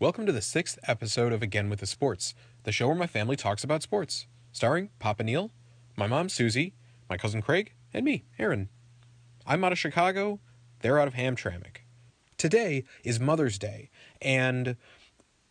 Welcome to the sixth episode of Again with the Sports, the show where my family talks about sports, starring Papa Neil, my mom Susie, my cousin Craig, and me, Aaron. I'm out of Chicago, they're out of Hamtramck. Today is Mother's Day, and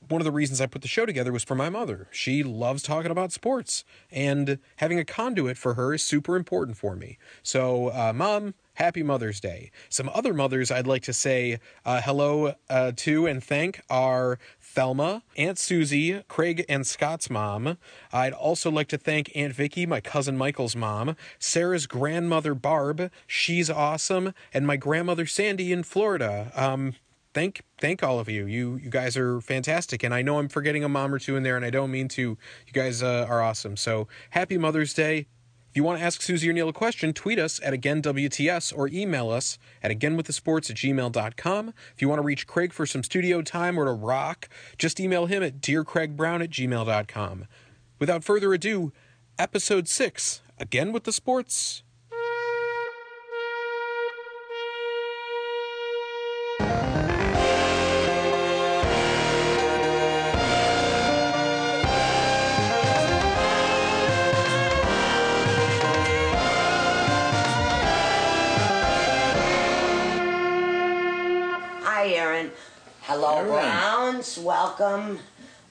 one of the reasons I put the show together was for my mother. She loves talking about sports, and having a conduit for her is super important for me. So, uh, Mom, happy Mother's Day. Some other mothers I'd like to say uh, hello uh, to and thank are Thelma, Aunt Susie, Craig and Scott's mom. I'd also like to thank Aunt Vicky, my cousin Michael's mom, Sarah's grandmother Barb, she's awesome, and my grandmother Sandy in Florida. Um, thank thank all of you. You you guys are fantastic, and I know I'm forgetting a mom or two in there, and I don't mean to. You guys uh, are awesome. So happy Mother's Day. If you want to ask Susie or Neil a question, tweet us at againwts or email us at againwiththesports at gmail.com. If you want to reach Craig for some studio time or to rock, just email him at dearcraigbrown at gmail.com. Without further ado, episode six, Again with the Sports. Hi, Aaron. Hello, Aaron. Browns. Welcome.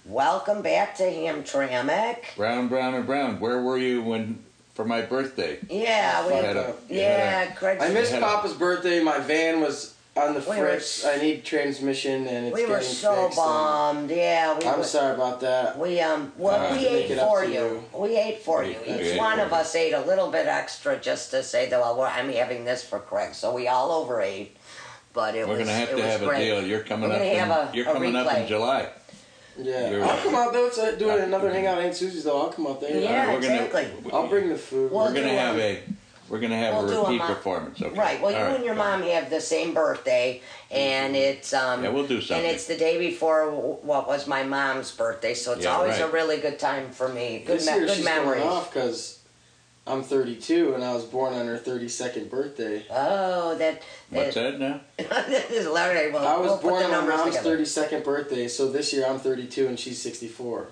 Welcome back to Hamtramck. Brown, brown, and brown. Where were you when for my birthday? Yeah, we, You had a- you yeah, had Craig. I missed Yeah. Papa's birthday. My van was on the We were fritz. s- I need transmission, and it's we were getting so fixed, and bummed. Yeah, we I'm were, sorry about that. We um, well, Uh, we make ate it up for to you. We ate for you. We Each ate one for of you. us ate a little bit extra just to say that well, we're, I'm having this for Craig. So we all overate. But it We're was gonna have it to was have great. a deal. You're coming We're up. gonna In, have a- you're a coming up replay. in July. Yeah, You're- I'll come out there. It's uh, doing Uh, another hangout at Aunt Susie's though. I'll come out there. Yeah, we're gonna- exactly. I'll bring the food. Well, We're gonna do have one. a. We're gonna have We'll do a a repeat mo- performance. Okay. Right. Well, you All and your fine. mom have the same birthday, and it's um. Mm-hmm. Yeah, we'll do something. And it's the day before wh- what was my mom's birthday, so it's Yeah, always a right. really good time for me. Good, this me- year good she's memories. going off because I'm 32 and I was born on her 32nd birthday. Oh, that. What's that now? this is Larry. Well, I was we'll put born the on my numbers mom's together. 32nd birthday, so this year I'm 32 and she's 64.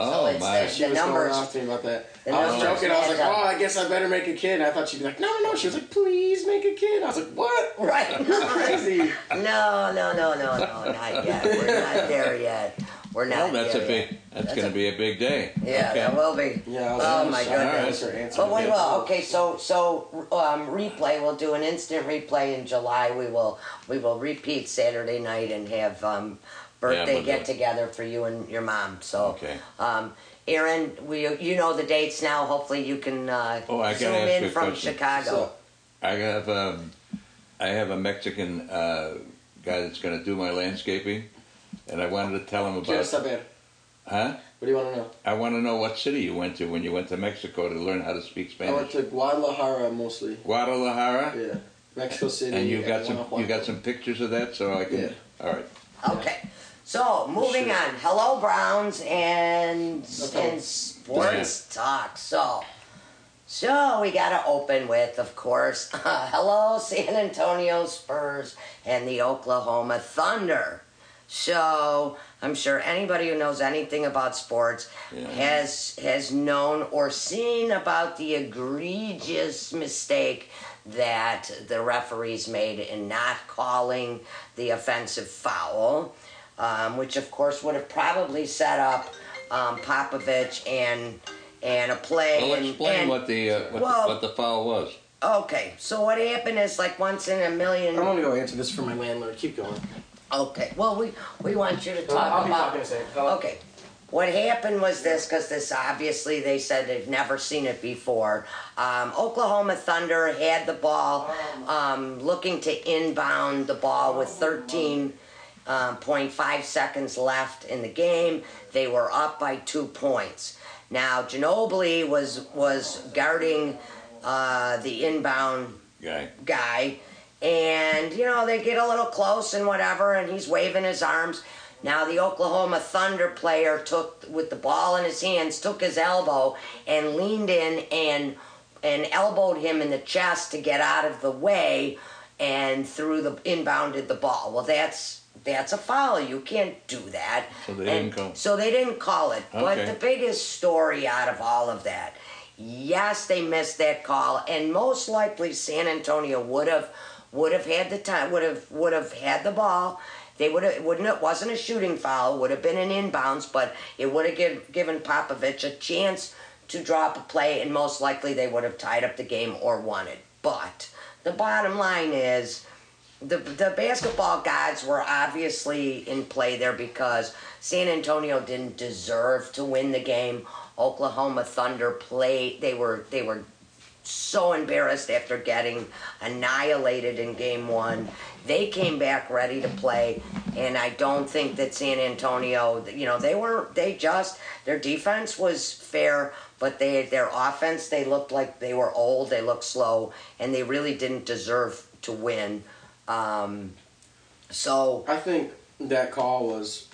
Oh it's my! this- She The was numbers- going off to me about that. the I was numbers joking. I was like, match up. "Oh, I guess I better make a kid." I thought she'd be like, "No, no, no." She was like, "Please make a kid." I was like, "What?" Right. Crazy. no, no, no, no, no, not yet. We're not there yet. We're Oh, not. that's a there yet. big. That's, gonna be a big day. Yeah, Okay. that will be. Yeah. I was Oh like, my "Sorry, that goodness. was her answer. But we Yeah. will. Okay, so so um, replay. We'll do an instant replay in July. We will we will repeat Saturday night and have um, birthday we'll do get it. together for you and your mom. So Okay. um, Aaron, we you know the dates now. Hopefully you can uh, Oh, I gotta zoom ask in you a from question. Chicago. So- I have um, I have a Mexican uh, guy that's gonna do my landscaping, and I wanted to tell him Quiero about. saber. Huh? What do you want to know? I want to know what city you went to when you went to Mexico to learn how to speak I went Spanish. to Guadalajara mostly. Guadalajara. Yeah. Mexico City. And you got some Guanajuato. you got some pictures of that, so I can. Yeah. All right. Okay. So moving Sure. on. Hello Browns and Okay. and sports talk. So so we gotta open with, of course, hello San Antonio Spurs and the Oklahoma Thunder. So I'm sure anybody who knows anything about sports Yeah. has has known or seen about the egregious mistake that the referees made in not calling the offensive foul, um, which of course would have probably set up um, Popovich and and a play. Well, and- explain and- what the uh, what, well- the, what the foul was. Okay, so what happened is like once in a million. I'm gonna go answer this for my landlord. Keep going. Okay. Well, we we want you to I'll- talk I'll be about. talking in a second. Hello. Okay. What happened was this, because this obviously they said they've never seen it before. Um, Oklahoma Thunder had the ball, Oh. um, looking to inbound the ball with 13.5 seconds left in the game. They were up by two points. Now Ginobili was was guarding uh, the inbound Guy. guy, and you know they get a little close and whatever, and he's waving his arms. Now the Oklahoma Thunder player took with the ball in his hands, took his elbow and leaned in and and elbowed him in the chest to get out of the way, and threw the inbounded the ball. Well, that's That's a foul. You can't do that. So they And didn't call. So they didn't call it. But Okay. the biggest story out of all of that, yes, they missed that call, and most likely San Antonio would have would have had the time would have would have had the ball. They would have wouldn't it wasn't a shooting foul. Would have been an inbounds, but it would have give, given Popovich a chance to drop a play, and most likely they would have tied up the game or won it. But the bottom line is the the basketball gods were obviously in play there because San Antonio didn't deserve to win the game. Oklahoma Thunder played they were they were so embarrassed after getting annihilated in game 1. They came back ready to play and I don't think that San Antonio, you know, they were they just their defense was fair but they their offense they looked like they were old, they looked slow and they really didn't deserve to win. Um, so I think that call was.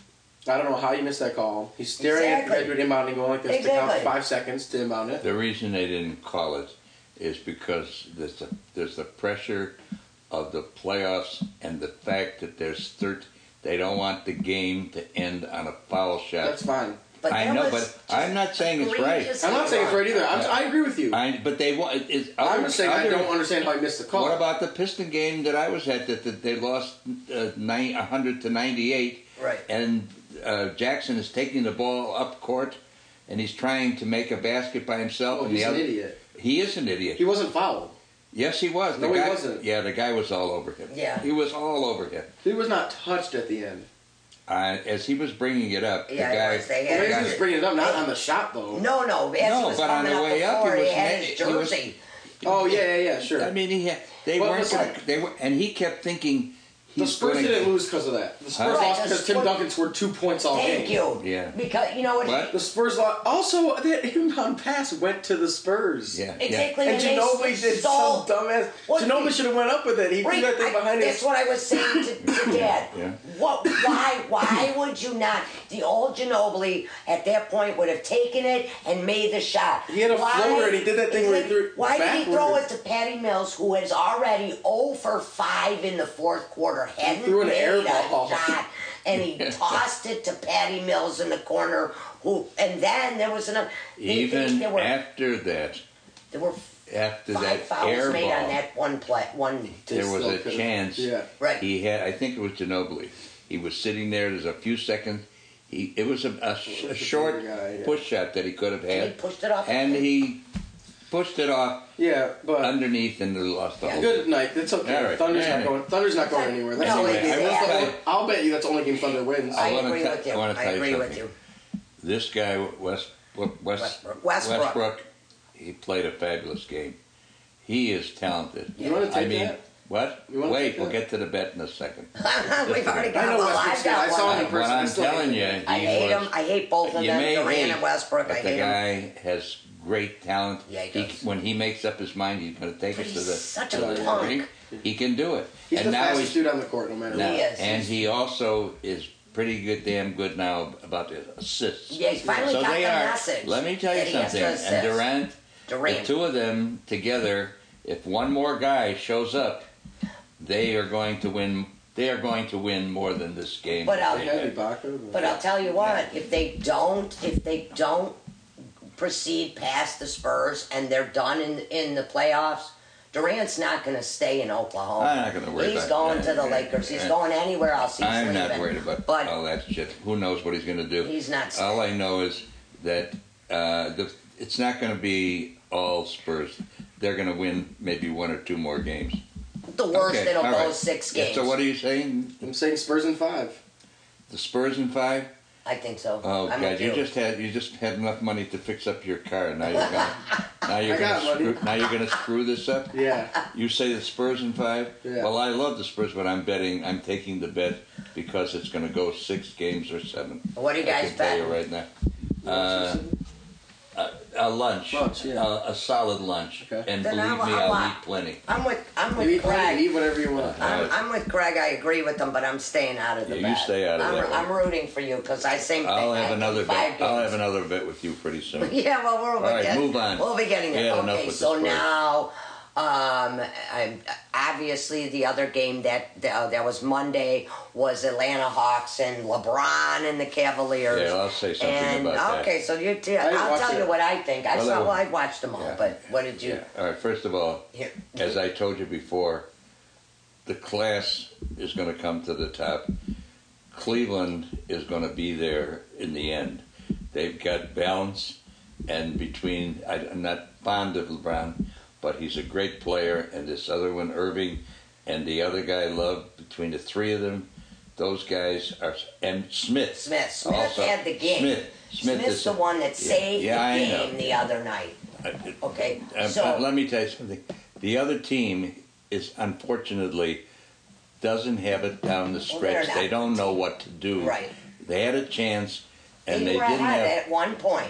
I don't know how you missed that call. He's staring Exactly. at the graduate inbounding going like this to Exactly. count five seconds to inbound it. The reason they didn't call it is because there's the, there's the pressure of the playoffs and the fact that there's thir They don't want the game to end on a foul shot. That's fine. but I that know, was but I'm not saying it's right. egregious I'm not saying it's right either. I'm, I agree with you. I, but they want. it- It's I'm other- just saying I other- don't understand how he missed the call. What about the Piston game that I was at that, that they lost uh, nine, 100 to 98? Right. And uh, Jackson is taking the ball up court and he's trying to make a basket by himself. Oh, and the he's an other- idiot. He is an idiot. He wasn't fouled. yes, he was. The No, he guy, wasn't. Yeah, the guy was all over him. Yeah. He was all over him. He was not touched at the end. Uh, as he was bringing it up, Yeah, the it guy. was. They Well, had- maybe Yeah. he was bringing it up, not on the shot though. No, no. As No, he was but on coming the up way up, he floor, was had mad- his he was- jersey. Oh yeah, yeah, yeah, sure. I mean, he had, they Well, weren't. listen. Gonna, they were, and he kept thinking. the he's Spurs gonna- didn't lose because of that. The Spurs Huh? lost Right, because the Tim Spurs- Duncan scored two points all Thank game. you. Yeah. Because you know what? What? The Spurs lost. Also, that inbound pass went to the Spurs. Yeah. Exactly. And they Ginobili did stole- some dumbass. What- Ginobili should have went up with it. He threw Rick, that thing I- behind that's his. what I was saying to, to Dad. Yeah. What? Why? Why would you not? The old Ginobili at that point would have taken it and made the shot. He had a why, floater and he did that thing where he threw it Why did he throw it backwards. to Patty Mills, who is already 0 for 5 in the fourth quarter, hadn't threw an made air a ball. shot, and he tossed it to Patty Mills in the corner. Who? And then there was another. they- Even there were, after that, there were after five that fouls air made ball, on that one play. One. there They was still a could've- chance. Yeah. Right. He had. I think it was Ginobili. He was sitting there. There's a few seconds. He. It was a, a sh- a the short bigger guy, yeah. push shot that he could have He had, pushed it off. and he pushed it off Yeah, but underneath and they lost the whole. good night. It's okay. All right. Thunder's Yeah. not going. Thunder's not going anywhere. That's No, the it way it is. is. I will That's the tell whole- you- I'll bet you that's the only game Thunder wins. I, I wanna agree tell- with you. I I, wanna tell you agree with something. you. This guy West, West, Westbrook. Westbrook. He played a fabulous game. He is talented. You wanna take I mean, that? what? You wanna Wait, take we'll that? get to the bet in a second. We've already I got know one. Westbrook's I've good. got I saw one. him in What person, I I'm still hate telling him. you, I he hate was- him. I hate both of You them. may Durant hate, and Westbrook. I but hate the him. guy has great talent. Yeah, he does. When he makes up his mind, he's going to take But us to he's the such to a the punk. brink. He can do it. He's and the now fastest he's dude on the court, no matter now, He what. is. and he also is pretty good, damn good now about the assists. Yeah, he finally so got they the are. message. Let me tell you that he has something. to And assist. Durant, Durant. the two of them together, if one more guy shows up, they are going to win. They are going to win more than this game. But I'll- They had Ibaka, but- But uh, I'll tell you what, if they don't, if they don't proceed past the Spurs and they're done in in the playoffs, Durant's not going to stay in Oklahoma. I'm not gonna worry He's about going that. to the Lakers. He's Yeah. going anywhere else. He's I'm leaving. not worried about But all that shit. Who knows what he's going to do? He's not staying. All I know is that uh, the, it's not going to be all Spurs. They're going to win maybe one or two more games. the worst, Okay, it'll all go right. six Yeah, games. So what are you saying? I'm saying Spurs in five. The Spurs in five? I think so. Oh I'm God! with You you. just had you just had enough money to fix up your car. Now you're gonna now you're I gonna got money. screw, now you're gonna screw this up. Yeah. You say the Spurs in five. Yeah. Well, I love the Spurs, but I'm betting I'm taking the bet because it's going to go six games or seven. What do you I guys can tell bet? you right now. Uh, a, a lunch. uh, Lunch, yeah. a, a solid lunch. Okay. And Then believe I'm- me, I'm I'll a- eat plenty. I'm with I'm You with eat plenty, Craig. eat whatever you want. I'm, I'm with Greg. I agree with him, but I'm staying out of the Yeah, you bet. stay out of I'm, that one. I'm rooting for you because I think I'll that- I have think another five bet. I'll games. have another bet with you pretty soon. Yeah, well, we're right, we'll get- move on. We'll be getting We it. had enough Okay, with so this word. now Um, I, obviously, the other game that uh, that was Monday was Atlanta Hawks and LeBron and the Cavaliers. Yeah, I'll say something and, about that. Okay, so you t- I didn't I'll watch tell it. you what I think. I Well, saw. that Well, was- I watched them all, yeah. but what did you? Yeah. All right. First of all, Here. as I told you before, the class is going to come to the top. Cleveland is going to be there in the end. They've got balance, and between I, I'm not fond of LeBron, but he's a great player, and this other one, Irving, and the other guy, Love. Between the three of them, those guys are and Smith. Smith. Smith also. had the game. Smith. Smith Smith's is the one that saved yeah, I the know. game the other night. I- Okay, Uh, so but let me tell you something. The other team is unfortunately doesn't have it down the Well, they're stretch. they not. don't know what to do. Right. They had a chance, and they, were didn't ahead have. at one point.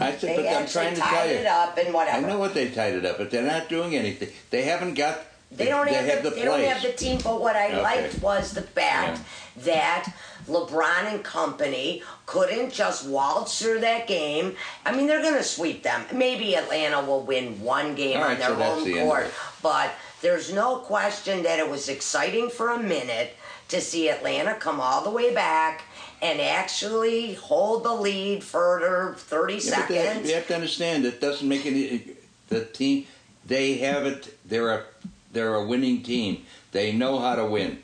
I said, They but I'm actually trying to tied tell it you. up and I whatever. know what they tied it up, but they're not doing anything. They haven't got. They don't have, the, they don't plays. have the team, but what I Okay. liked was the fact that LeBron and company couldn't just waltz through that game. I mean, they're going to sweep them. Maybe Atlanta will win one game All on right, their so that's home the end of court, it. but there's no question that it was exciting for a minute to see Atlanta come all the way back and actually hold the lead for 30 Yeah, but seconds. they- you have to understand that doesn't make any. The team, they have it. They're a they're a winning team. They know how to win.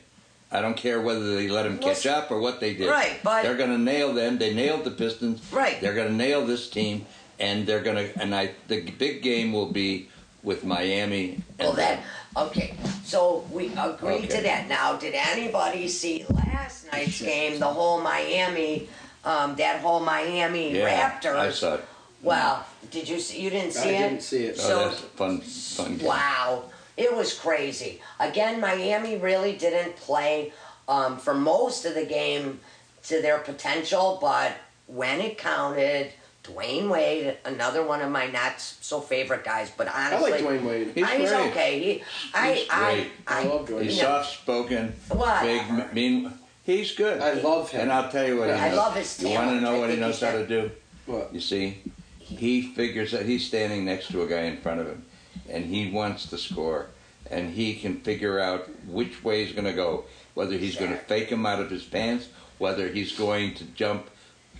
I don't care whether they let them Well, catch up or what they did. right, but- they're going to nail them. They nailed the Pistons. Right. They're going to nail this team, and they're going to. And I the big game will be with Miami. And Well, that okay. So we agreed to Okay. that. Now, did anybody see last night's game? The whole Miami, um, that whole Miami yeah, Raptors. I saw it. Well, did you see? You didn't see I it. didn't see it. Oh, So that's a fun, fun game. Wow. It was crazy. Again, Miami really didn't play um, for most of the game to their potential, but when it counted, Dwayne Wade, another one of my not so favorite guys, but I honestly, like Dwayne Wade. He's I- he's great. okay. He, I, He's I, great. I, I love Dwayne. He's you know, soft spoken, Whatever. big, mean. He's good. I love him. And I'll tell you what he I knows. love his You want to talent. know I what he think knows he's how to do? What? You see, he figures that he's standing next to a guy in front of him, and he wants to score, and he can figure out which way he's going to go, whether he's going to Exactly. fake him out of his pants, whether he's going to jump,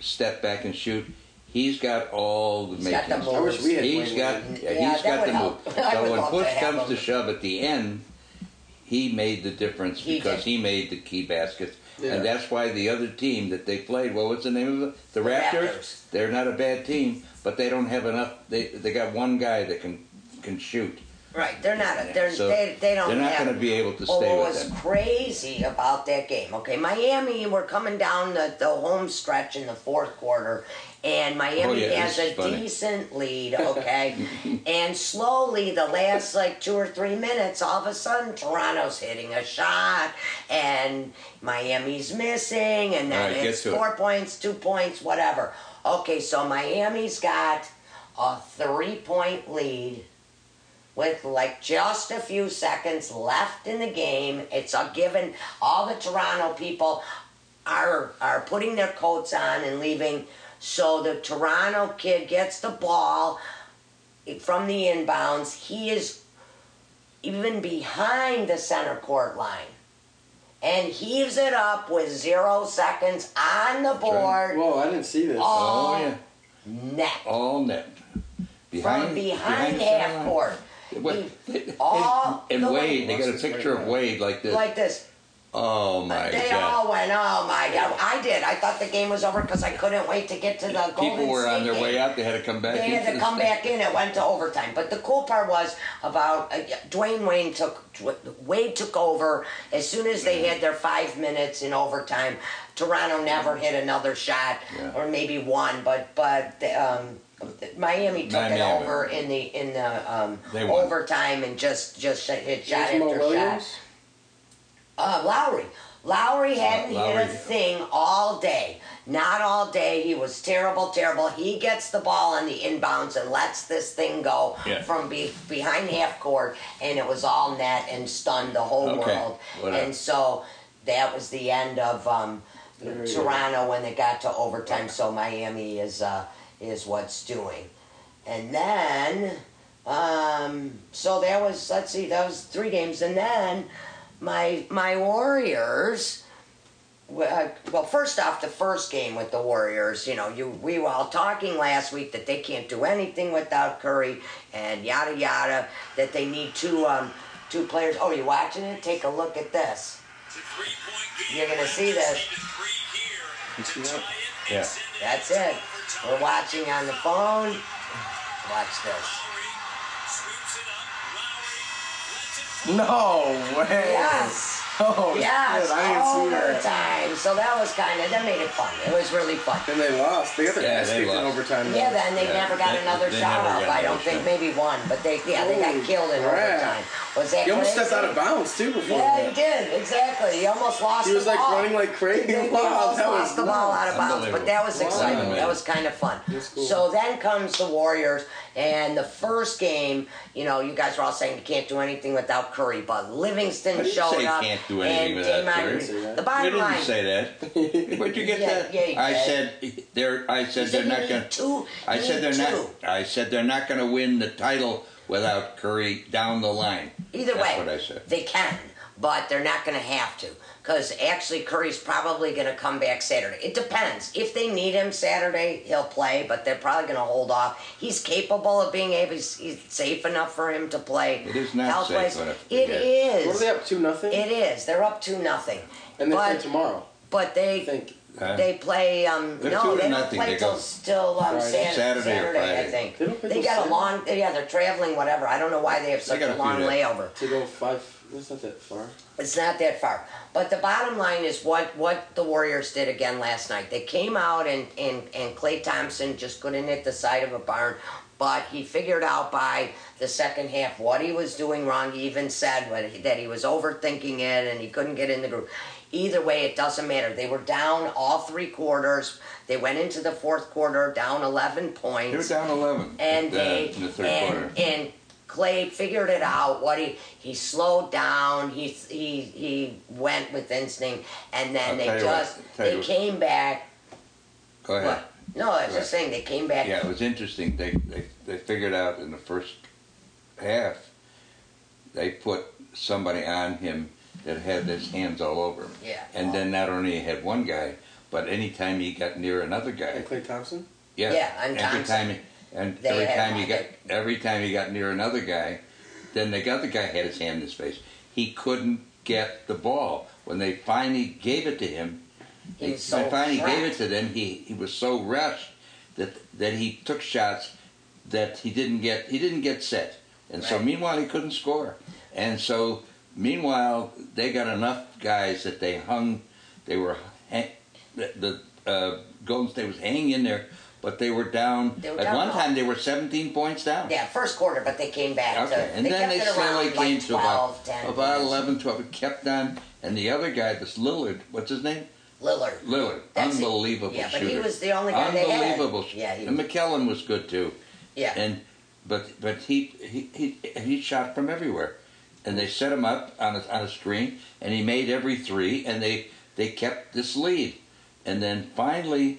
step back and shoot. He's got all the He's got the makings. I wish we had He's Dwayne got, Wade. yeah, Yeah, he's that got would the move. help. I would So when love to push have comes to him. shove at the end, he made the difference He because did. he made the key baskets. Yeah. And that's why the other team that they played, well, what's the name of it? The, Raptors. Raptors. They're not a bad team, but they don't have enough. They they got one guy that can can shoot. right? They're not. They're So they, they don't. They're not have, going to be able to Oh, stay what with was them. crazy about that game? Okay, Miami were coming down the, the home stretch in the fourth quarter, and Miami Oh, yeah, has this a is funny. decent lead, okay? and slowly, the last like two or three minutes, all of a sudden, Toronto's hitting a shot, and Miami's missing, and All then right, get it's to it. four points, two points, whatever. Okay, so Miami's got a three point lead with like just a few seconds left in the game. It's a given. All the Toronto people are are putting their coats on and leaving. So the Toronto kid gets the ball from the inbounds. He is even behind the center court line. And heaves it up with zero seconds on the board. Whoa, I didn't see this. Oh yeah, Net. all net From behind, the center half line. court. What- He- all and the way- Wade, they got a picture of Wade like this. Like this. oh my they god! all went, oh my god. I did. I thought the game was over because I couldn't wait to get to the People Golden were on State their game. way out. They had to come back. They into had to the come stand. back in. It went to overtime. But the cool part was about uh, Dwayne Wayne took Wade took over as soon as they had their five minutes in overtime. Toronto never hit another shot, Yeah. or maybe one, but but um, Miami took it Miami. over in the in the um, They won. overtime and just just hit shot Here's Mo after shot. Williams. Uh, Lowry. Lowry hadn't Lowry. hit a thing all day. Not all day. He was terrible, terrible. He gets the ball on the inbounds and lets this thing go Yeah. from be- behind half court, and it was all net and stunned the whole Okay, world. whatever. And so that was the end of um, There you Toronto when they got to overtime. So Miami is uh, is what's doing, and then Um, so that was let's see, that was three games, and then my my Warriors. w- uh, Well, first off, the first game with the Warriors, you know, you we were all talking last week that they can't do anything without Curry and yada yada. That they need two um, two players. Oh, you watching it? Take a look at this. You're gonna see this. You see that? Yeah. That's it. We're watching on the phone. Watch this. No Oh, way. Yes. Oh, Yes, shit, I didn't see that. overtime. So that was kind of that made it fun. It was really fun. Then they lost. The other Yeah, guys they kicked in lost. overtime. though. Yeah, then they Yeah, never got they- another they shot never up. got I don't another think shot. maybe one, but they yeah they Holy got killed in crap. overtime. Was that He almost crazy? stepped out of bounds too before. Yeah, that. he did exactly. He almost lost. He was the like ball. running like crazy. He Wow, almost that lost was the ball out of bounds, but that was Wow. exciting. Wow. That was kind of fun. That's cool. So then comes the Warriors, and the first game, you know, you guys were all saying you can't do anything without Curry, but Livingston I didn't showed say up. can't do anything and without Draymond- Curry. You The You bottom didn't line. say that. Where'd you get Yeah, that? yeah, you I did. said they're. I said Said they're you not need going. two. I you said need they're two. not. I said they're not going to win the title without Curry down the line. Either That's way, what I said. they can, but they're not going to have to because actually Curry's probably going to come back Saturday. It depends. If they need him Saturday, he'll play, but they're probably going to hold off. He's capable of being able. He's, he's safe enough for him to play. It is not safe Health-wise, enough to It get- What are is. they up to? Nothing. It is. They're up to nothing. and they play but tomorrow. but I they think Huh? they play. Um, They're no, two to they don't nothing. play They till go still um, Friday. Sat- Saturday or I Friday. think They don't play till got a Saturday? long. Yeah, they're traveling. Whatever. I don't know why they have such gotta a do long that. layover. to go five. That's not that far. It's not that far. But the bottom line is what, what the Warriors did again last night. They came out and, and, and Clay Thompson just couldn't hit the side of a barn, but he figured out by the second half what he was doing wrong. He even said what, that he was overthinking it and he couldn't get in the groove. Either way, it doesn't matter. They were down all three quarters. They went into the fourth quarter down 11 points They're down eleven. and uh, they in the third and, quarter. and Clay figured it out. What he he slowed down. He he he went with instinct, and then I'll they tell you what, just tell you they what. came back. Go ahead. What? No, I was Go just saying they came back. Yeah, it was interesting. They, they they figured out in the first half they put somebody on him that had his hands all over him. Yeah. And then not only had one guy, but anytime he got near another guy, And Clay Thompson. yeah, Yeah, and every Thompson. time he, and They every had time him he on got it. every time he got near another guy, then the other guy had his hand in his face. He couldn't get the ball when they finally gave it to him. He He was so finally gave it trapped. to them. He he was so rushed that that he took shots that he didn't get he didn't get set, and so Right. meanwhile he couldn't score, and so meanwhile they got enough guys that they hung, they were ha- the, the uh, Golden State was hanging in there, but they were down. They were at down one low. time they were 17 points down. Yeah, first quarter, but they came back. Okay, to, and then kept they it slowly around, came like to 12, about 10 about points. 11, 12. It kept on, and the other guy, this Lillard, what's his name? Lillard. Lillard, That's it. unbelievable Yeah, but shooter. he was the only guy they had. unbelievable. sh- Yeah, he- and McKellen was good too. Yeah, And but but he he he, he shot from everywhere, and they set him up on a, on a screen, and he made every three, and they they kept this lead, and then finally,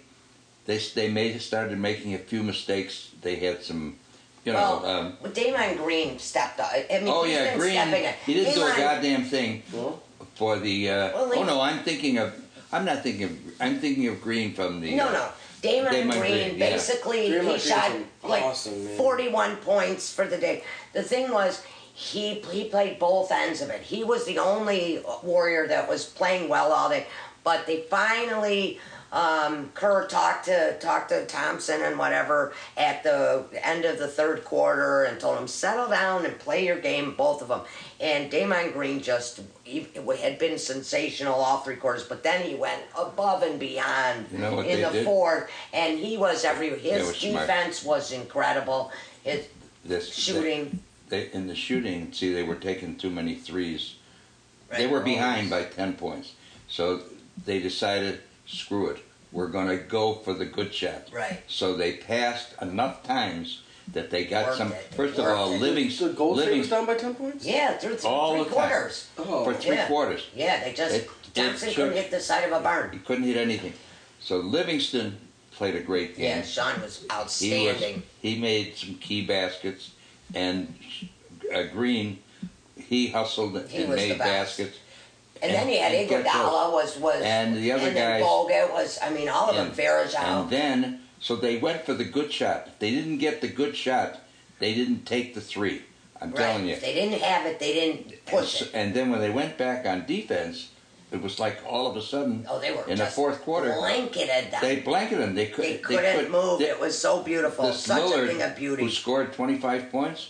they s- they made started making a few mistakes. They had some, you know. well, um, Damon Green stepped up. I mean, Oh he's yeah, been Green. stepping up. He didn't do a Draymond- goddamn thing Well, for the. Uh, Well, he- oh no, I'm thinking of. I'm not thinking of. I'm thinking of Green from the. No, uh, no. Damon, Damon Green, Green, yeah. basically Damon he Green's shot an like awesome man. 41 points for the day. The thing was he he played both ends of it. He was the only warrior that was playing well all day, but they finally um, Kerr talked to talked to Thompson and whatever at the end of the third quarter and told him settle down and play your game, both of them. And Damon Green just he had been sensational all three quarters, but then he went above and beyond You know what in they the did? fourth, and he was every his was smart. defense was incredible. His This shooting, they in the shooting, see, they were taking too many threes. They Right. were behind by ten points, so they decided, screw it, we're gonna go for the good shot. Right. So they passed enough times that they got Worked some. it. First of Worked all, it. living, so Gold State living was down by ten points. yeah, through th- All three the time. quarters. Oh. for three Yeah. quarters. Yeah, they just It- it Thompson took- couldn't hit the side of a He barn. couldn't hit anything. So Livingston played a great game. Yeah, Sean was He was. outstanding. He made some key baskets, and uh, Green, he hustled He and was the made best. baskets. And, then you had and get Iguodala was was And the other and then guys- Bogut was I mean all of them And- Farajal. And then, so they went for the good shot. If they didn't get the good shot, they didn't take the three. I'm Right. telling you. If they didn't have it, they didn't push and, it. s- and then when they went back on defense, it was like all of a sudden Oh, they were in the just fourth quarter blanketed them. they blanketed them. They, could, They couldn't could- move. they- it was so beautiful. this Such Lillard, a thing of beauty. who scored 25 points,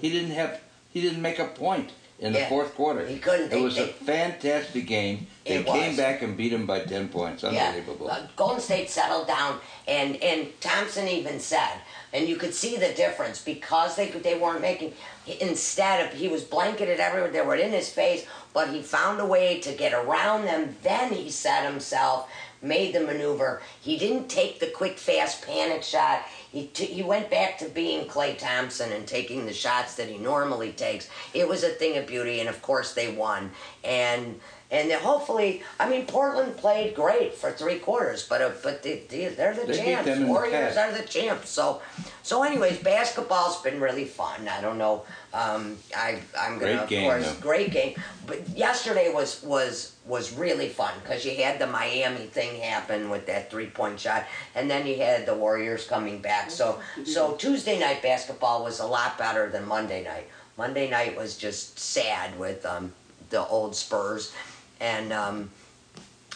he didn't have he didn't make a point in the Yeah. fourth quarter. He couldn't. It They- was a they- fantastic game. They It came was. back and beat him by 10 points. Unbelievable. Yeah. Uh, Golden State settled down, and and Thompson even said, and you could see the difference because they could- they weren't making. Instead of he was blanketed everywhere, they were in his face, but he found a way to get around them. Then he set himself, made the maneuver. He didn't take the quick, fast panic shot. He, t- he went back to being Clay Thompson and taking the shots that he normally takes. It was a thing of beauty, and of course they won. And and then hopefully, I mean, Portland played great for three quarters, but uh, but they, they, they're the They beat champs. them in the Warriors past. are the champs. So so anyways, basketball's been really fun. I don't know. Um, I I'm gonna Great of game, course though. great game. But yesterday was was was really fun because you had the Miami thing happen with that three point shot, and then you had the Warriors coming back. So so Tuesday night basketball was a lot better than Monday night. Monday night was just sad with um, the old Spurs, and um,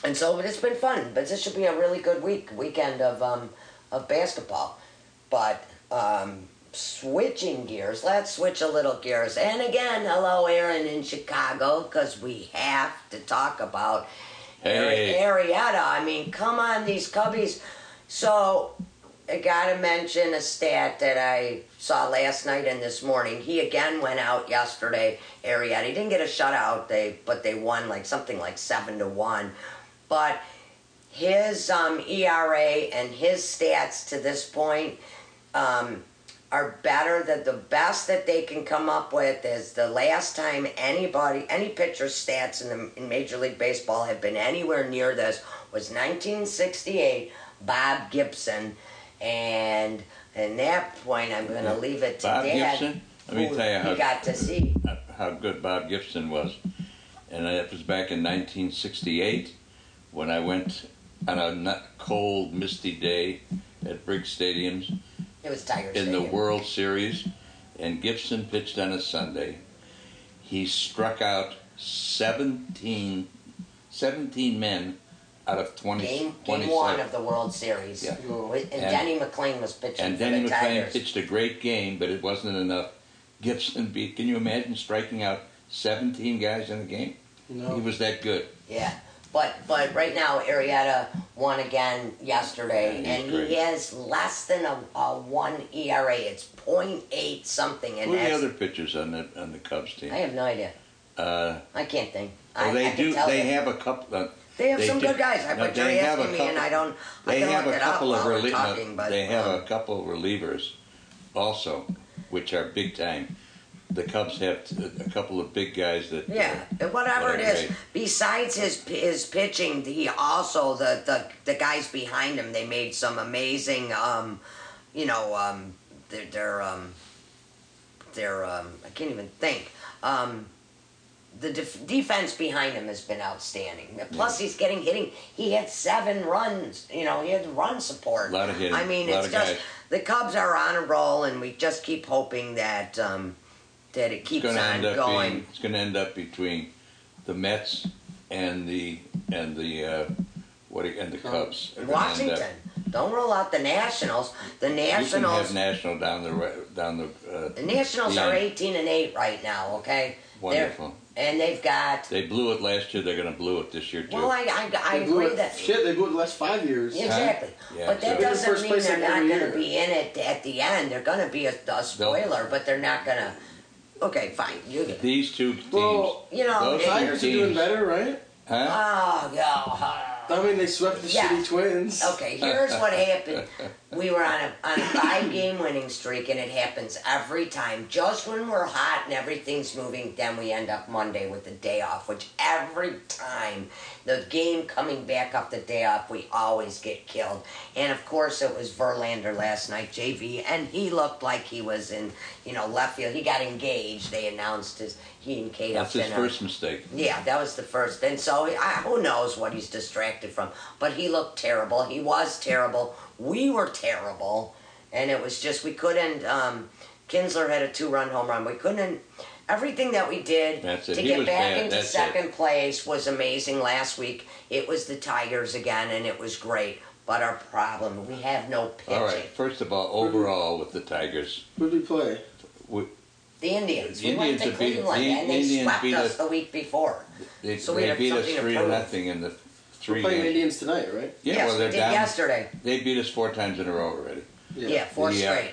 and so it's been fun. But this should be a really good week weekend of um, of basketball. But um, switching gears, let's switch a little gears. And again, hello, Aaron in Chicago, because we have to talk about Hey. Ari- Arietta. I mean, come on, these Cubbies. So I gotta mention a stat that I saw last night and this morning. He again went out yesterday. Arietta he didn't get a shutout. They but they won like something like seven to one. But his um, ERA and his stats to this point um, are better than the best that they can come up with is the last time anybody any pitcher's stats in the in Major League Baseball have been anywhere near this was 1968 Bob Gibson and in that point I'm going to leave it to Bob Dad Gibson? Let me who tell you how- he got to see how good Bob Gibson was. And that was back in 1968 when I went on a not cold, misty day at Briggs Stadiums it was Tiger in the Stadium. World Series, and Gibson pitched on a Sunday. He struck out 17, 17 men out of 20, Game, game 27. one of the World Series, Yeah. With- and, And- Denny McClain was pitching and for Danny the McClain Tigers. pitched a great game, but it wasn't enough. Gibson beat. Can you imagine striking out 17 guys in a game? He No. was that good. Yeah, but but right now Arietta won again yesterday, Yeah, he's and great. he has less than a, a one ERA. It's .8 something, and Who are that's the other pitchers on the on the Cubs team? I have no idea. Uh, I can't think. well, I, they I can do. tell They you. have a couple. Uh, They have they some do- good guys. I no, but they you're have a asking me, and couple- I don't. I They can have look a it up couple of while we're relie- no, talking, but they have um, a couple of relievers, also, which are big time. The Cubs have a couple of big guys that. uh, Yeah, and whatever it is. Whatever Besides his his pitching, he also the the the guys behind him. They made some amazing, um, you know, um, their their um, their um, I can't even think. Um, the def- defense behind him has been outstanding. Plus, he's getting hitting. He had seven runs. You know, he had run support. Lot of hitting, I mean, lot it's of just guys. the Cubs are on a roll, and we just keep hoping that um, that it it's keeps going to on end up going. being. It's going to end up between the Mets and the and the uh, what do you- and the Cubs. They're gonna end up- Um, Washington. Don't rule out the Nationals. The You can have Nationals. national down the ri- down the. Uh, the Nationals are Yeah. eighteen and eight right now. Okay. They're- wonderful. and they've got. They blew it last year. They're going to blow it this year too. Well, I I, I They blew agree it- that. Shit, they blew it the last five years. Exactly, Yeah, but that so- They're doesn't first mean place they're not every going year. to be in it at the end. They're going to be a, a spoiler, but they're not going to. Okay, fine. You, These two teams. Well, you know, those they- Tigers are doing better, right? Huh? oh, God. I mean, they swept the Yeah. shitty twins. Okay, here's what happened. We were on a, on a five game winning streak, and it happens every time. Just when we're hot and everything's moving, then we end up Monday with the day off, which every time the game coming back up the day off, we always get killed. And of course, it was Verlander last night, JV, and he looked like he was in, you know, left field. He got engaged. They announced his, he and Kate That's Upton his are- first mistake. yeah, that was the first. And so I, who knows what he's distracted from. But he looked terrible. He was terrible. We were terrible. And it was just, we couldn't. Um, Kinsler had a two run home run. We couldn't. Everything that we did That's it. to He get was back bad. into That's it. second place was amazing last week. It was the Tigers again, and it was great. But our problem, we have no pitching. All right. First of all, overall with the Tigers, Who'd we play? The Indians. The we went to Indians beat- Cleveland, the and they Indians swept beat us us- the week before. they, So we they have beat us something to three to prove. nothing in the We're three playing games. Indians tonight, right? Yeah, yes, well we they're did down. yesterday. They beat us four times in a row already. Yeah, four The, uh, straight.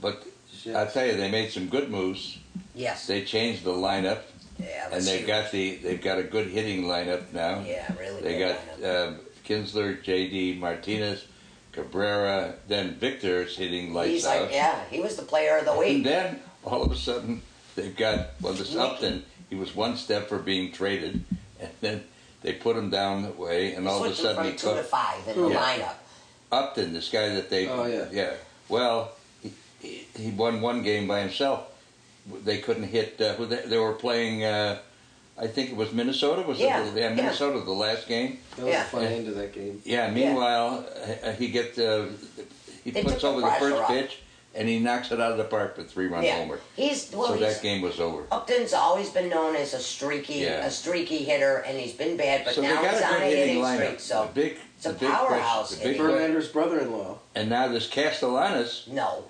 But Shit. I tell you, they made some good moves. Yes. They changed the lineup, Yeah, and let's they've see. got the they've got a good hitting lineup now. Yeah, really. They good got lineup. uh, Kinsler, J.D. Martinez, Cabrera, then Victor's hitting uh, lights He's out. like, yeah, he was the player of the And week. then all of a sudden they've got well this Upton he was one step for being traded and then they put him down the way and He all of a switched him sudden he from two to took five in the Yeah. lineup. Upton, this guy that they Oh, yeah. Well he, he- he won one game by himself. They couldn't hit uh, who they, they were playing uh, I think it was Minnesota was Yeah, it? yeah yeah. Minnesota the last game. That was Yeah. a fun end to that game. Yeah. Meanwhile, uh, he gets uh, he They took puts the over the pressure first off. pitch, and he knocks it out of the park with three run Yeah. homer. He's well, so he's, that game was over. Upton's always been known as a streaky, Yeah. a streaky hitter, and he's been bad, but so now they got he's a on good a hitting hitting lineup. streak. So the big, it's a the big question- powerhouse the big hitting question- Verlander's brother-in-law. and now this Castellanos, no,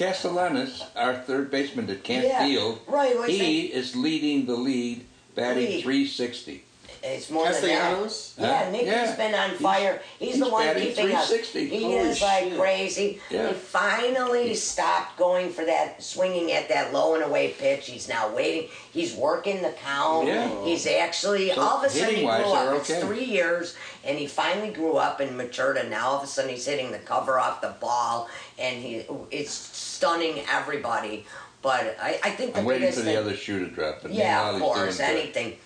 Castellanos, our third baseman that can't Yeah. field, right? Well, he is leading the lead, batting Lead. 360. it's more than that. Castellanos? Yeah, Huh? Nicky's Yeah. been on He's- fire. He's, the he's one batting keeping us. 360. He Holy is like shit. crazy. Yeah. He finally stopped going for that, swinging at that low and away pitch. He's now waiting. He's working the count. Yeah. He's actually So all of a sudden he grew hitting-wise, up. they're It's okay. three years, and he finally grew up and matured. And now all of a sudden he's hitting the cover off the ball, and he it's stunning everybody. But I, I think the I'm waiting biggest for the thing, other shoe to drop. But yeah, of meanwhile, he's course, doing good. anything.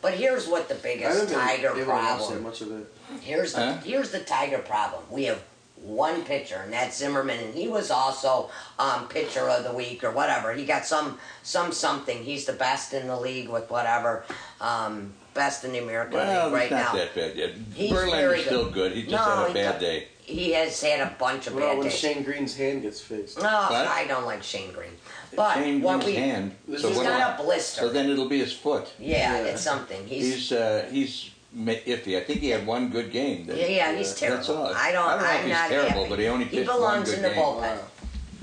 But here's what the I haven't biggest been Tiger able to watch problem that much of it. Here's the Huh? here's the Tiger problem. We have one pitcher, and that's Zimmerman, and he was also um, pitcher of the week or whatever. He got some some something. He's the best in the league with whatever, um, best in the American Well, league right he's not now. that bad yet. He's very Verlander's good. still good. He just No, had a he bad got- day. He has had a bunch of Well, bad when days. Shane Green's hand gets fixed. no, But- I don't like Shane Green, but Shane what Green's we hand. This So he's what? is got a So blister. then it'll be his foot. yeah, Yeah. it's something. He's, He's uh, he's mi- iffy. I think he had one good game. That, uh, yeah, yeah, he's terrible. That's all. I don't. I don't know am if he's not terrible, happy. but he only pitched one belongs good in the game. bullpen. Wow.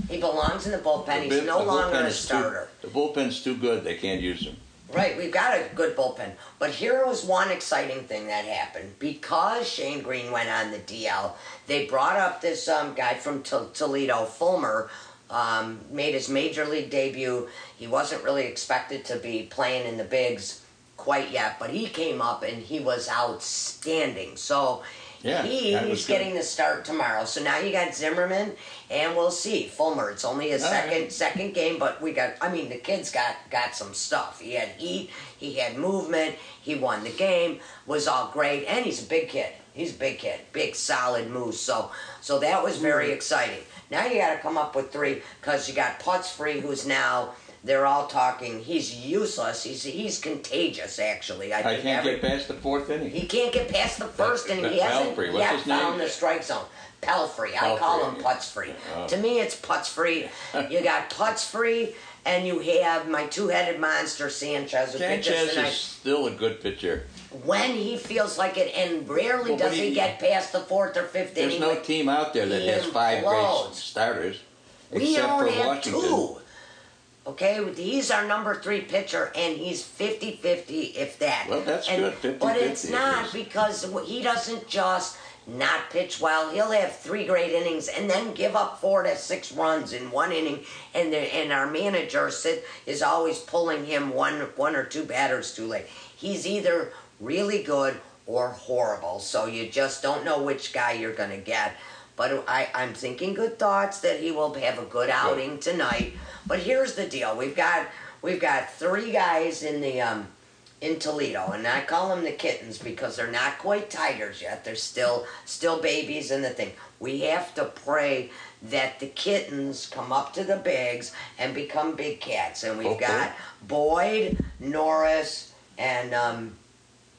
He belongs in the bullpen. He's The no bullpen longer a is too- starter. the bullpen's too good. They can't use him. Right, we've got a good bullpen. But here was one exciting thing that happened. Because Shane Green went on the DL, they brought up this um, guy from Tol- Toledo, Fulmer, um, made his major league debut. He wasn't really expected to be playing in the bigs quite yet, but he came up and he was outstanding. So Yeah, that was he's good. getting the start tomorrow. So now you got Zimmerman, and we'll see Fulmer. It's only his All right. second second game, but we got. I mean, the kid's got got some stuff. He had heat. He had movement. He won the game. Was all great, and he's a big kid. He's a big kid, big solid move. So, so that was Mm. very exciting. Now you got to come up with three because you got Putz Free, who's now they're all talking. He's useless. He's he's contagious. Actually, I, I think can't every- get past the fourth inning. he can't get past the first, and he Pe- hasn't Pelfrey, what's yet his name? found the strike zone. Pelfrey, I Pelfrey, call him yeah. putz free. Oh. To me, it's putz free. you got putz free, and you have my two-headed monster Sanchez, who pitches Sanchez is tonight. still a good pitcher. When he feels like it, and rarely Well, but does he, he- get past the fourth or fifth There's inning. no team out there that he has five implodes. great starters, we except for only have Washington. two. Okay, he's our number three pitcher, and he's 50 50, if that. Well, that's And- good, 50-50 But it's it not is. because he doesn't just not pitch well. He'll have three great innings and then give up four to six runs in one inning, and the, and our manager sit, is always pulling him one one or two batters too late. He's either really good or horrible. So you just don't know which guy you're going to get. But I, I'm thinking good thoughts that he will have a good outing tonight. But here's the deal: we've got we've got three guys in the um, in Toledo, and I call them the kittens because they're not quite tigers yet. They're still still babies in the thing. We have to pray that the kittens come up to the bigs and become big cats. And we've Okay. got Boyd, Norris, and um,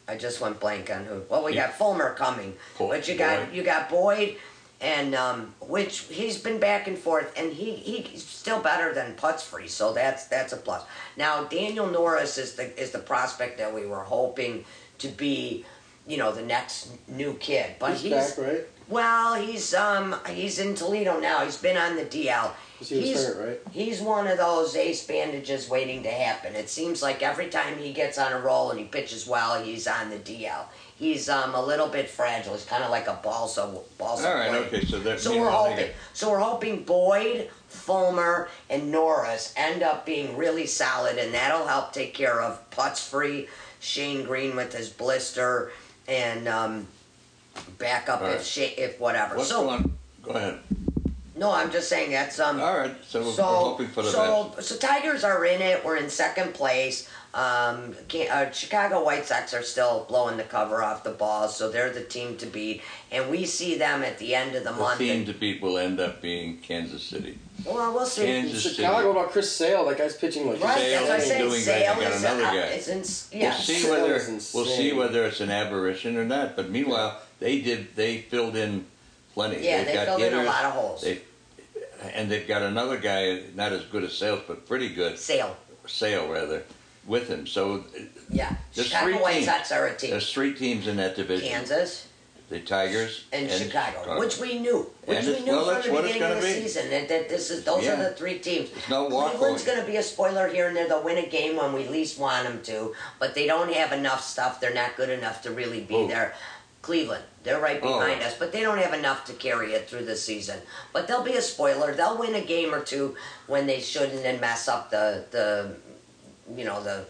I just went blank on who. Well, we Yeah. got Fulmer coming, Ful- but you got Boyd. you got Boyd. And um, which he's been back and forth, and he, he's still better than putts free, so that's that's a plus. Now Daniel Norris is the is the prospect that we were hoping to be, you know, the next new kid, but He's he's, back, right? well, he's um he's in Toledo now. He's been on the DL. Because he was he's, hurt, right? He's one of those ace bandages waiting to happen. It seems like every time he gets on a roll and he pitches well, he's on the DL. He's um a little bit fragile. He's kind of like a balsa balsa. All right, plate. okay, so that So means we're I think hoping. it- So we're hoping Boyd, Fulmer, and Norris end up being really solid, and that'll help take care of putts free, Shane Green with his blister, and um, back up All if right. Sha- if whatever. What's so going? Go ahead. no, I'm just saying that's um. All right, so, we're- So, we're hoping for the so, best. so Tigers are in it. We're in second place. Um, Ca- uh, Chicago White Sox are still blowing the cover off the ball, so they're the team to beat. And we see them at the end of the, The month. team and- to beat will end up being Kansas City. well, we'll see. Kansas City. Chicago about Chris Sale. That guy's pitching like Right, Sale that's what I'm is saying. doing that. They Sale got is another up. guy. It's ins- We'll yeah. see That whether was we'll see insane. whether it's an aberration or not. But meanwhile, they did they filled in plenty. Yeah, They've they got filled in a hitters. lot of holes. They- and they've got another guy, not as good as Sales, but pretty good, Sale. Sale rather, with him. So uh, Yeah. There's Chicago three White teams. Sox are a team. there's three teams in that division: Kansas the Tigers and, Chicago, which we knew, which And we it's- knew well, that's from the what it's beginning of the gonna be. season that, that this is those are Yeah. the three teams. It's no walk Cleveland's away. going to be a spoiler here and there. They'll win a game when we least want them to, but they don't have enough stuff. They're not good enough to really be Who? there. Cleveland, they're right Oh. behind us, but they don't have enough to carry it through the season. But they'll be a spoiler. They'll win a game or two when they shouldn't and mess up the the you know the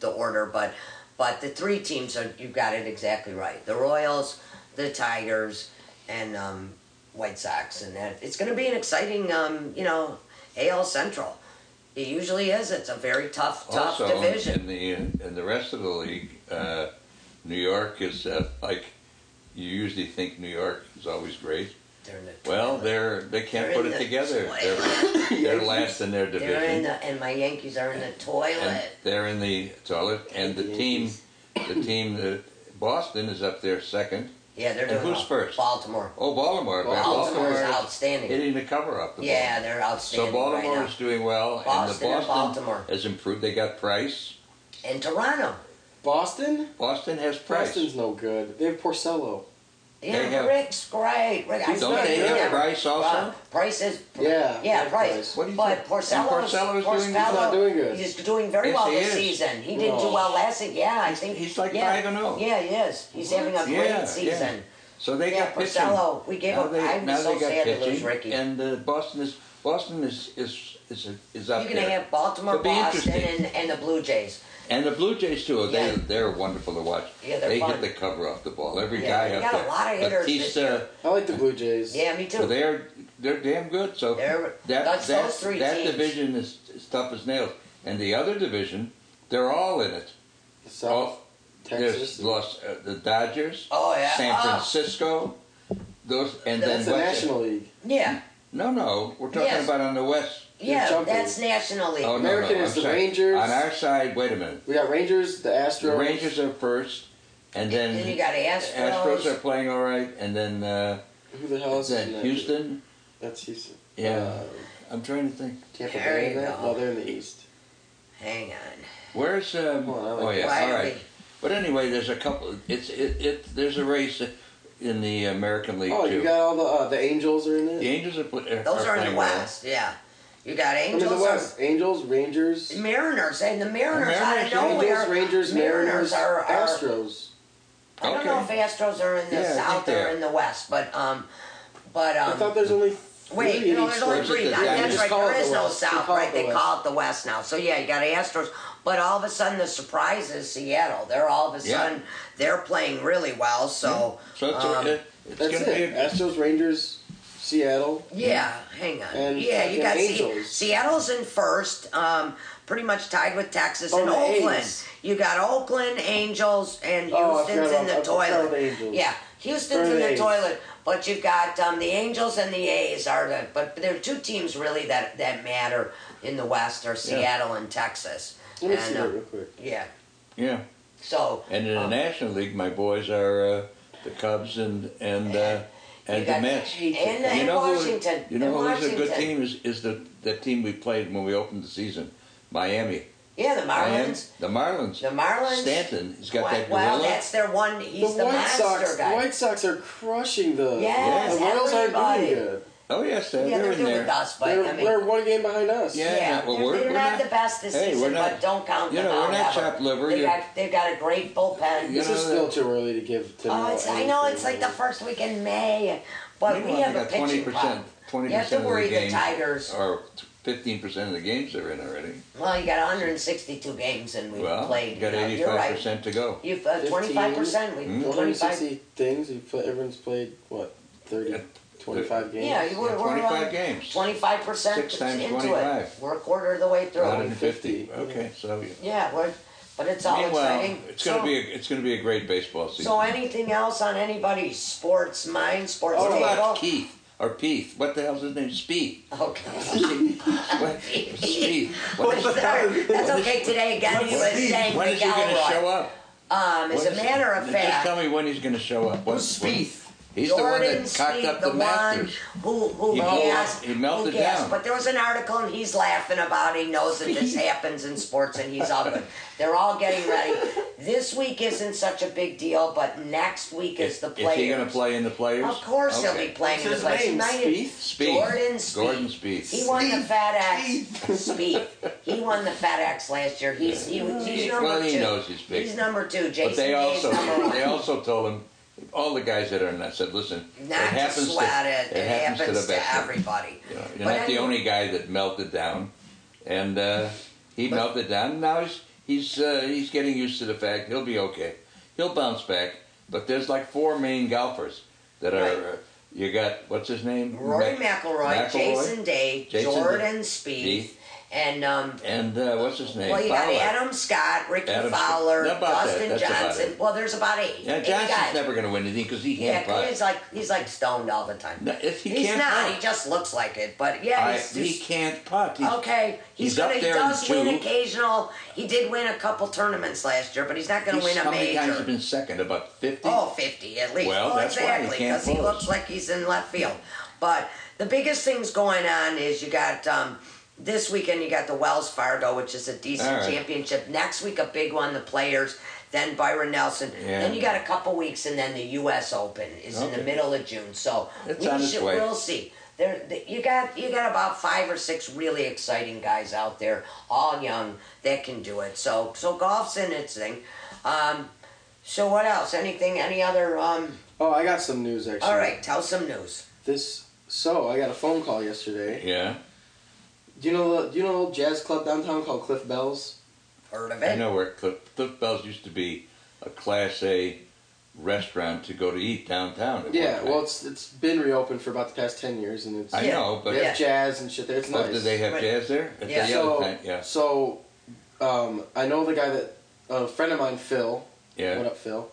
the order, but but the three teams are you got it exactly right. The Royals, the Tigers, and um, White Sox, and that it's going to be an exciting um, you know AL Central. It usually is. It's a very tough tough also, division. in the in the rest of the league, uh, New York is uh, like you usually think New York is always great. They're in the- Well, they're they can't They're put in it the together. toilet. They're, they're last in their division. they're in the, and my Yankees are in the and toilet. they're in the toilet, and the team, the team that Boston is up there second. Yeah, they're and doing who's well. first? Baltimore. Oh, Baltimore! man, Baltimore's is outstanding. hitting the cover up. The Yeah, ball. they're So outstanding Baltimore right is now. doing well, Boston and and the Boston Baltimore. has improved. They got Price. And Toronto. Boston. Boston has Price. Boston's no good. They have Porcello. Yeah, They have- Rick's great. Rick, I Don't they yeah. have Price also? Well, Price is Yeah, yeah yeah, Price. Price. What do you but think? Porcello And Porcello's doing- he's not doing good. He's doing very Yes, well he this is. season. He didn't do No. well last season. Yeah, I think he's like yeah, 5-0. Yeah, he is. He's having a great Yeah, yeah. season. So they Yeah, got pitching. Porcello, we gave now up- They, I was now so they got sad to pitching, lose Ricky. and uh, Boston is Boston is is is is up You're gonna there. have Baltimore, Could be Boston, interesting. and, and the Blue Jays. And the Blue Jays too. They Yeah. they're wonderful to watch. Yeah, they're they fun. get the cover off the ball. Every Yeah, guy they up got a there. lot of hitters this Batista, I like the Blue Jays. Yeah, me too. so they're they're damn good. So They're- that that's that, those three that teams. division is, is tough as nails. And the other division, they're all in it. South There's Texas. Los, uh, the Dodgers, Oh, yeah. San Ah. Francisco, those, and That's then That's the what's it- National League. yeah, No, no, we're talking Yes. about on the west. yeah. jumping. That's National League. Oh, no, American no, is I'm the sorry. Rangers. On our side, wait a minute. We got Rangers, the Astros. The Rangers are first, and then, Then you got the Astros. Astros are playing all right, and then uh, Who the hell is in then that? Houston. That's Houston. Yeah, Uh, I'm trying to think. Tampa There Bay. you in that? go. No, they're in the East. Hang on. Where's um, Well, I like oh yeah, Why all are right. we- But anyway, there's a couple. It's it, it There's a race in the American League Oh, too. you got all the uh, the Angels are in it. the Angels are, pl- are Those are in playing the well. West. Yeah, you got I mean Angels. the are- West. Angels, Rangers, Mariners and the Mariners, The out of Mariners, nowhere. Angels, Rangers, Mariners, are, are Astros. I don't Okay. know if Astros are in the Yeah, I South think they or are. in the West, but um, but I um, thought there's only Wait, Really, no, it's there's only like- three. it's That- like- That's they right. call There it is the no West. They South, call it right? the They West. call it the West now. So yeah, you got Astros, but all of a sudden the surprise is Seattle. They're all of a Yeah. sudden they're playing really well. So So it's, um, it, it's That's going to be it. a Astros, Rangers, Seattle. Yeah, hang on. And yeah, you fucking got Se- Angels. Seattle's in first, um, pretty much tied with Texas Oh, and the Oakland. A's. You got Oakland, Angels, and Oh, I Houston's forgot in the about- I forgot about toilet. the Angels. Yeah, Houston's Or in the the A's. toilet, but you've got um, the Angels and the A's are the, but there are two teams really that that matter in the West are Seattle and Texas. Let me and, see uh, that real quick. yeah, yeah. so And in the um, National League, my boys are uh, the Cubs and and uh, and got- the Mets. and- and who- Washington, you know and who's a good Washington. team is is the the team we played when we opened the season, Miami. yeah, the Marlins, Miami- the Marlins. the Marlins. Stanton. He's got that well, gorilla. that's their one. He's the, White monster Sox. guy. The White Sox are crushing the. Yes, the Royals aren't everybody. doing good. oh yes, they're, Yeah, they're they're in doing there. with us, but They're, I mean, they're one game behind us. Yeah. well, they're, we're- they're we're not, not- the best this hey, we're season, not- but don't count you them know, we're out not ever. chopped liver, They you- got, they've got a great bullpen. You This know is still too early to give to oh, know it's, I know it's anything. like the first week in May, but we Meanwhile, have they a got twenty pitching percent. problem. Twenty You have percent to of worry the the games, Tigers- or fifteen percent of the games they're in already. Well, you got 162 games and we've Well, played. you you got know, eighty you're five right. percent to go. You've uh, 25 percent. We've Mm. 25. 160 things. You play, everyone's played what 30, Yeah. 25 games. Yeah, you were, we're Twenty five around games. 25 percent Six times into 25. it. We're a quarter of the way through. 150. 150. Okay, so Yeah, we're, but it's all meanwhile, exciting. it's gonna So- be a, it's gonna be a great baseball season. So anything else on anybody's sports mind, sports what table? about Keith or Peeth? What the hell's his name? Speeth. Okay. What, Speeth. What the hell? Sorry, That's okay today again. He was saying When is he gonna show McElroy. up? Um, as When a is- matter of just fact, tell me when he's gonna show up. What, Speeth? He's the one Jordan that cocked Speed, up the the, one Masters. who who He melted- gassed, he melted who gassed. down. But there was an article, and he's laughing about. it. He knows that this happens in sports, and he's up. They're all getting ready. This week isn't such a big deal, but next week is the Is he players. gonna play in the players? Of course, okay. he'll be playing in the What's place. his name, United- Spieth? Spieth. Jordan Spieth. Gordon Spieth. He won the FedEx. Spieth. He won the FedEx last year. He's he, was- he's Yeah, number well, he two. knows he's big. He's number two. Jason But they also Day's number one. they also told him all the guys that are in that said, listen, it Not to happens sweat to it. It, happens, the to, best. of us. everybody. You know, But you're not the any- only guy that melted down, and uh, he melted down. and Now he's he's uh, he's getting used to the fact he'll be okay. He'll bounce back. But there's like four main golfers that are. Right. Uh, you got what's his name? Rory Mac- McIlroy, Jason Day, Jason Jordan Day. Spieth, and um, and uh, what's his name? well, you got Fowler. Adam Scott, Ricky Adam Scott. Fowler, How about that? Dustin That's about Johnson. it. Well, there's about eight. Yeah, eight Johnson's guys. never going to win anything because he can't Yeah, putt. he's like he's like stoned all the time. No, if he he's can't not. putt. He just looks like it. But yeah, I- he's he just- can't putt. He's- Okay, he's, He's gonna. up He there does in win two. occasional. He did win a couple tournaments last year, but he's not gonna he's- win a how many times major. has been second? About fifty. oh, 50 at least. Well, oh, that's why he exactly, can't he close. looks like he's in left field. But the biggest things going on is you got um, this weekend. You got the Wells Fargo, which is a decent All right. championship. Next week, a big one. The Players. Then Byron Nelson. Yeah. Then you got a couple weeks, and then the U.S. Open is in the Okay. middle of June. So It's we on its should, way. we'll see. There, th- you got you got about five or six really exciting guys out there, all young that can do it. So so golf's in its thing. Um, so what else? Anything? Any other? Um, Oh, I got some news actually. all right, tell some news. This. So I got a phone call yesterday. Yeah, Do you know? the- Do you know an old jazz club downtown called Cliff Bells? Heard of I it? know where Cliff, Cliff Bell's used to be a Class A restaurant to go to eat downtown. at Yeah. one time. Well, it's it's been reopened for about the past ten years, and it's I Yeah. know, but they have Yeah. jazz and shit there. It's but nice. do they have Right. jazz there? At Yeah. the so other time, yeah, so, um, I know the guy that a friend of mine, Phil. yeah. What up, Phil?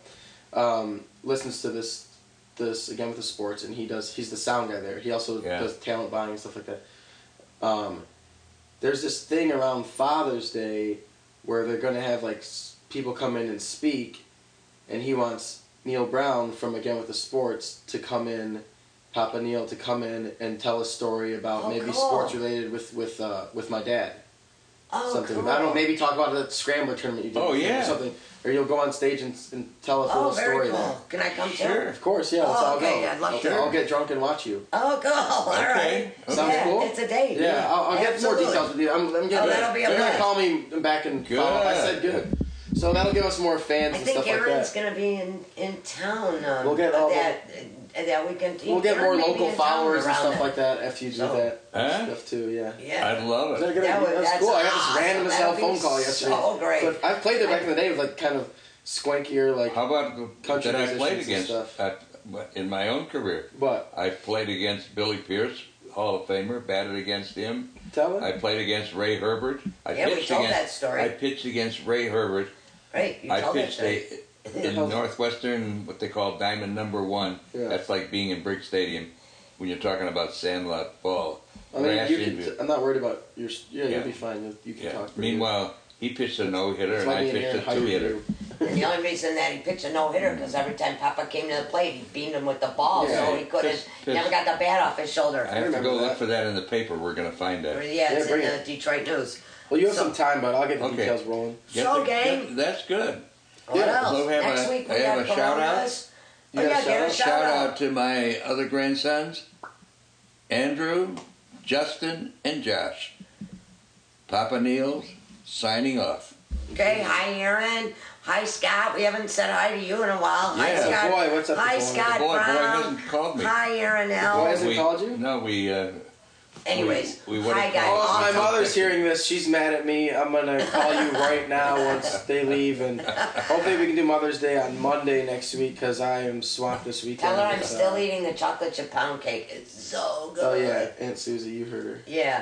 Um, listens to this this again with the sports, and he does. He's the sound guy there. He also Yeah. does talent buying and stuff like that. Um, there's this thing around Father's Day where they're gonna have like s- people come in and speak, and he wants Neil Brown from Again with the Sports to come in. Papa Neil to come in and tell a story about Oh, maybe cool. sports related with with uh, with my dad Oh, something. cool. I don't know, maybe talk about the scrambler tournament you did. Oh, with him yeah. Or something. Or you'll go on stage and, and tell us a Oh, little very story. cool. then. Can I come Sure. too? Of course, yeah. Let's Oh, all okay, go. I'd love Okay, to. I'll get drunk and watch you. Oh, cool. All right. Okay. Sounds yeah, cool. It's a date. Yeah, I'll, I'll get more Absolutely. details with you. I'm, I'm getting. Oh, that'll be a they're gonna blast. call me back and follow up. I said Good. good. So that'll give us more fans I and think stuff like Aaron's that. gonna be in in town. Um, We'll get all that and that we can. We'll get there more may be local a town followers and around stuff it. like that after you do So- that Huh? stuff too. Yeah. Yeah. I'd love They're it. gonna That be- would- that's that's cool. I got this awesome. random as That hell would phone be call yesterday. so great. But I've played it back in the day with like kind of swankier like. How about Country that I played musicians against and I, in my own career? What? I played against Billy Pierce, Hall of Famer, batted against him. Tell I it. played against Ray Herbert. I Yeah, we pitched told against, that story. I pitched against Ray Herbert. Right, you I told pitched that a, in Northwestern what they call Diamond Number One. Yeah. That's like being in Brick Stadium when you're talking about Sandlot Ball. I mean, Rash you can, injury. I'm not worried about your. Yeah. Yeah, you'll be fine. You'll, you can Yeah. talk. pretty good. Meanwhile, he pitched a no hitter That's and why I me and pitched Aaron a two hired hitter. you. And the only reason that he pitched a no hitter because every time Papa came to the plate, he beamed him with the ball, Yeah, so he right. couldn't. Piss- Never piss. got the bat off his shoulder. I have to remember go look that. for that in the paper. We're going to find that. yeah, it's Yeah, in bring the it. Detroit News. Well, you have So- some time, but I'll get the Okay. details rolling. Get So, the- gang. get- that's good. What Yeah, else? so we have Next a- week we I have got a shout out? coronas. You Oh, got a yeah, shout give out? a shout, Shout out. out to my other grandsons, Andrew, Justin, and Josh. Papa Neil's signing off. Okay, hi Aaron. Hi Scott. We haven't said hi to you in a while. Hi Yeah. The Scott. boy, what's up, the hi boy? The Scott boy, boy Brown. hasn't called me. Hi Aaron boy L. hasn't- we, called you? No, we. Uh, Anyways, we- we would've hi guys. called. Well, if Oh, my Awesome. mother's hearing this, she's mad at me. I'm gonna call you right now once they leave, and hopefully we can do Mother's Day on Monday next week because I am swamped this weekend. Tell her I'm So- still eating the chocolate chip pound cake. It's so good. Oh yeah, Aunt Susie, you heard Yeah.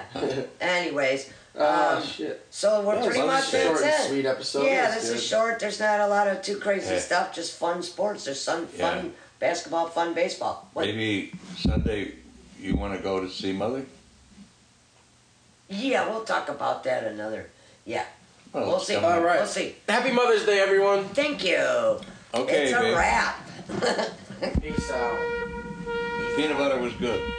Anyways, her. Oh Um, shit. so we're That was pretty a much short that's and it. sweet episode. yeah, Yes, this dude. is short. There's not a lot of too crazy Yeah. stuff. Just fun sports. There's fun, fun Yeah. basketball, fun baseball. What? maybe Sunday you want to go to see Mother? Yeah, we'll talk about that another. Yeah, Well, we'll see. come All on. right. We'll see. Happy Mother's Day, everyone. Thank you. Okay, it's a babe. wrap. Peace out. Peanut butter was good.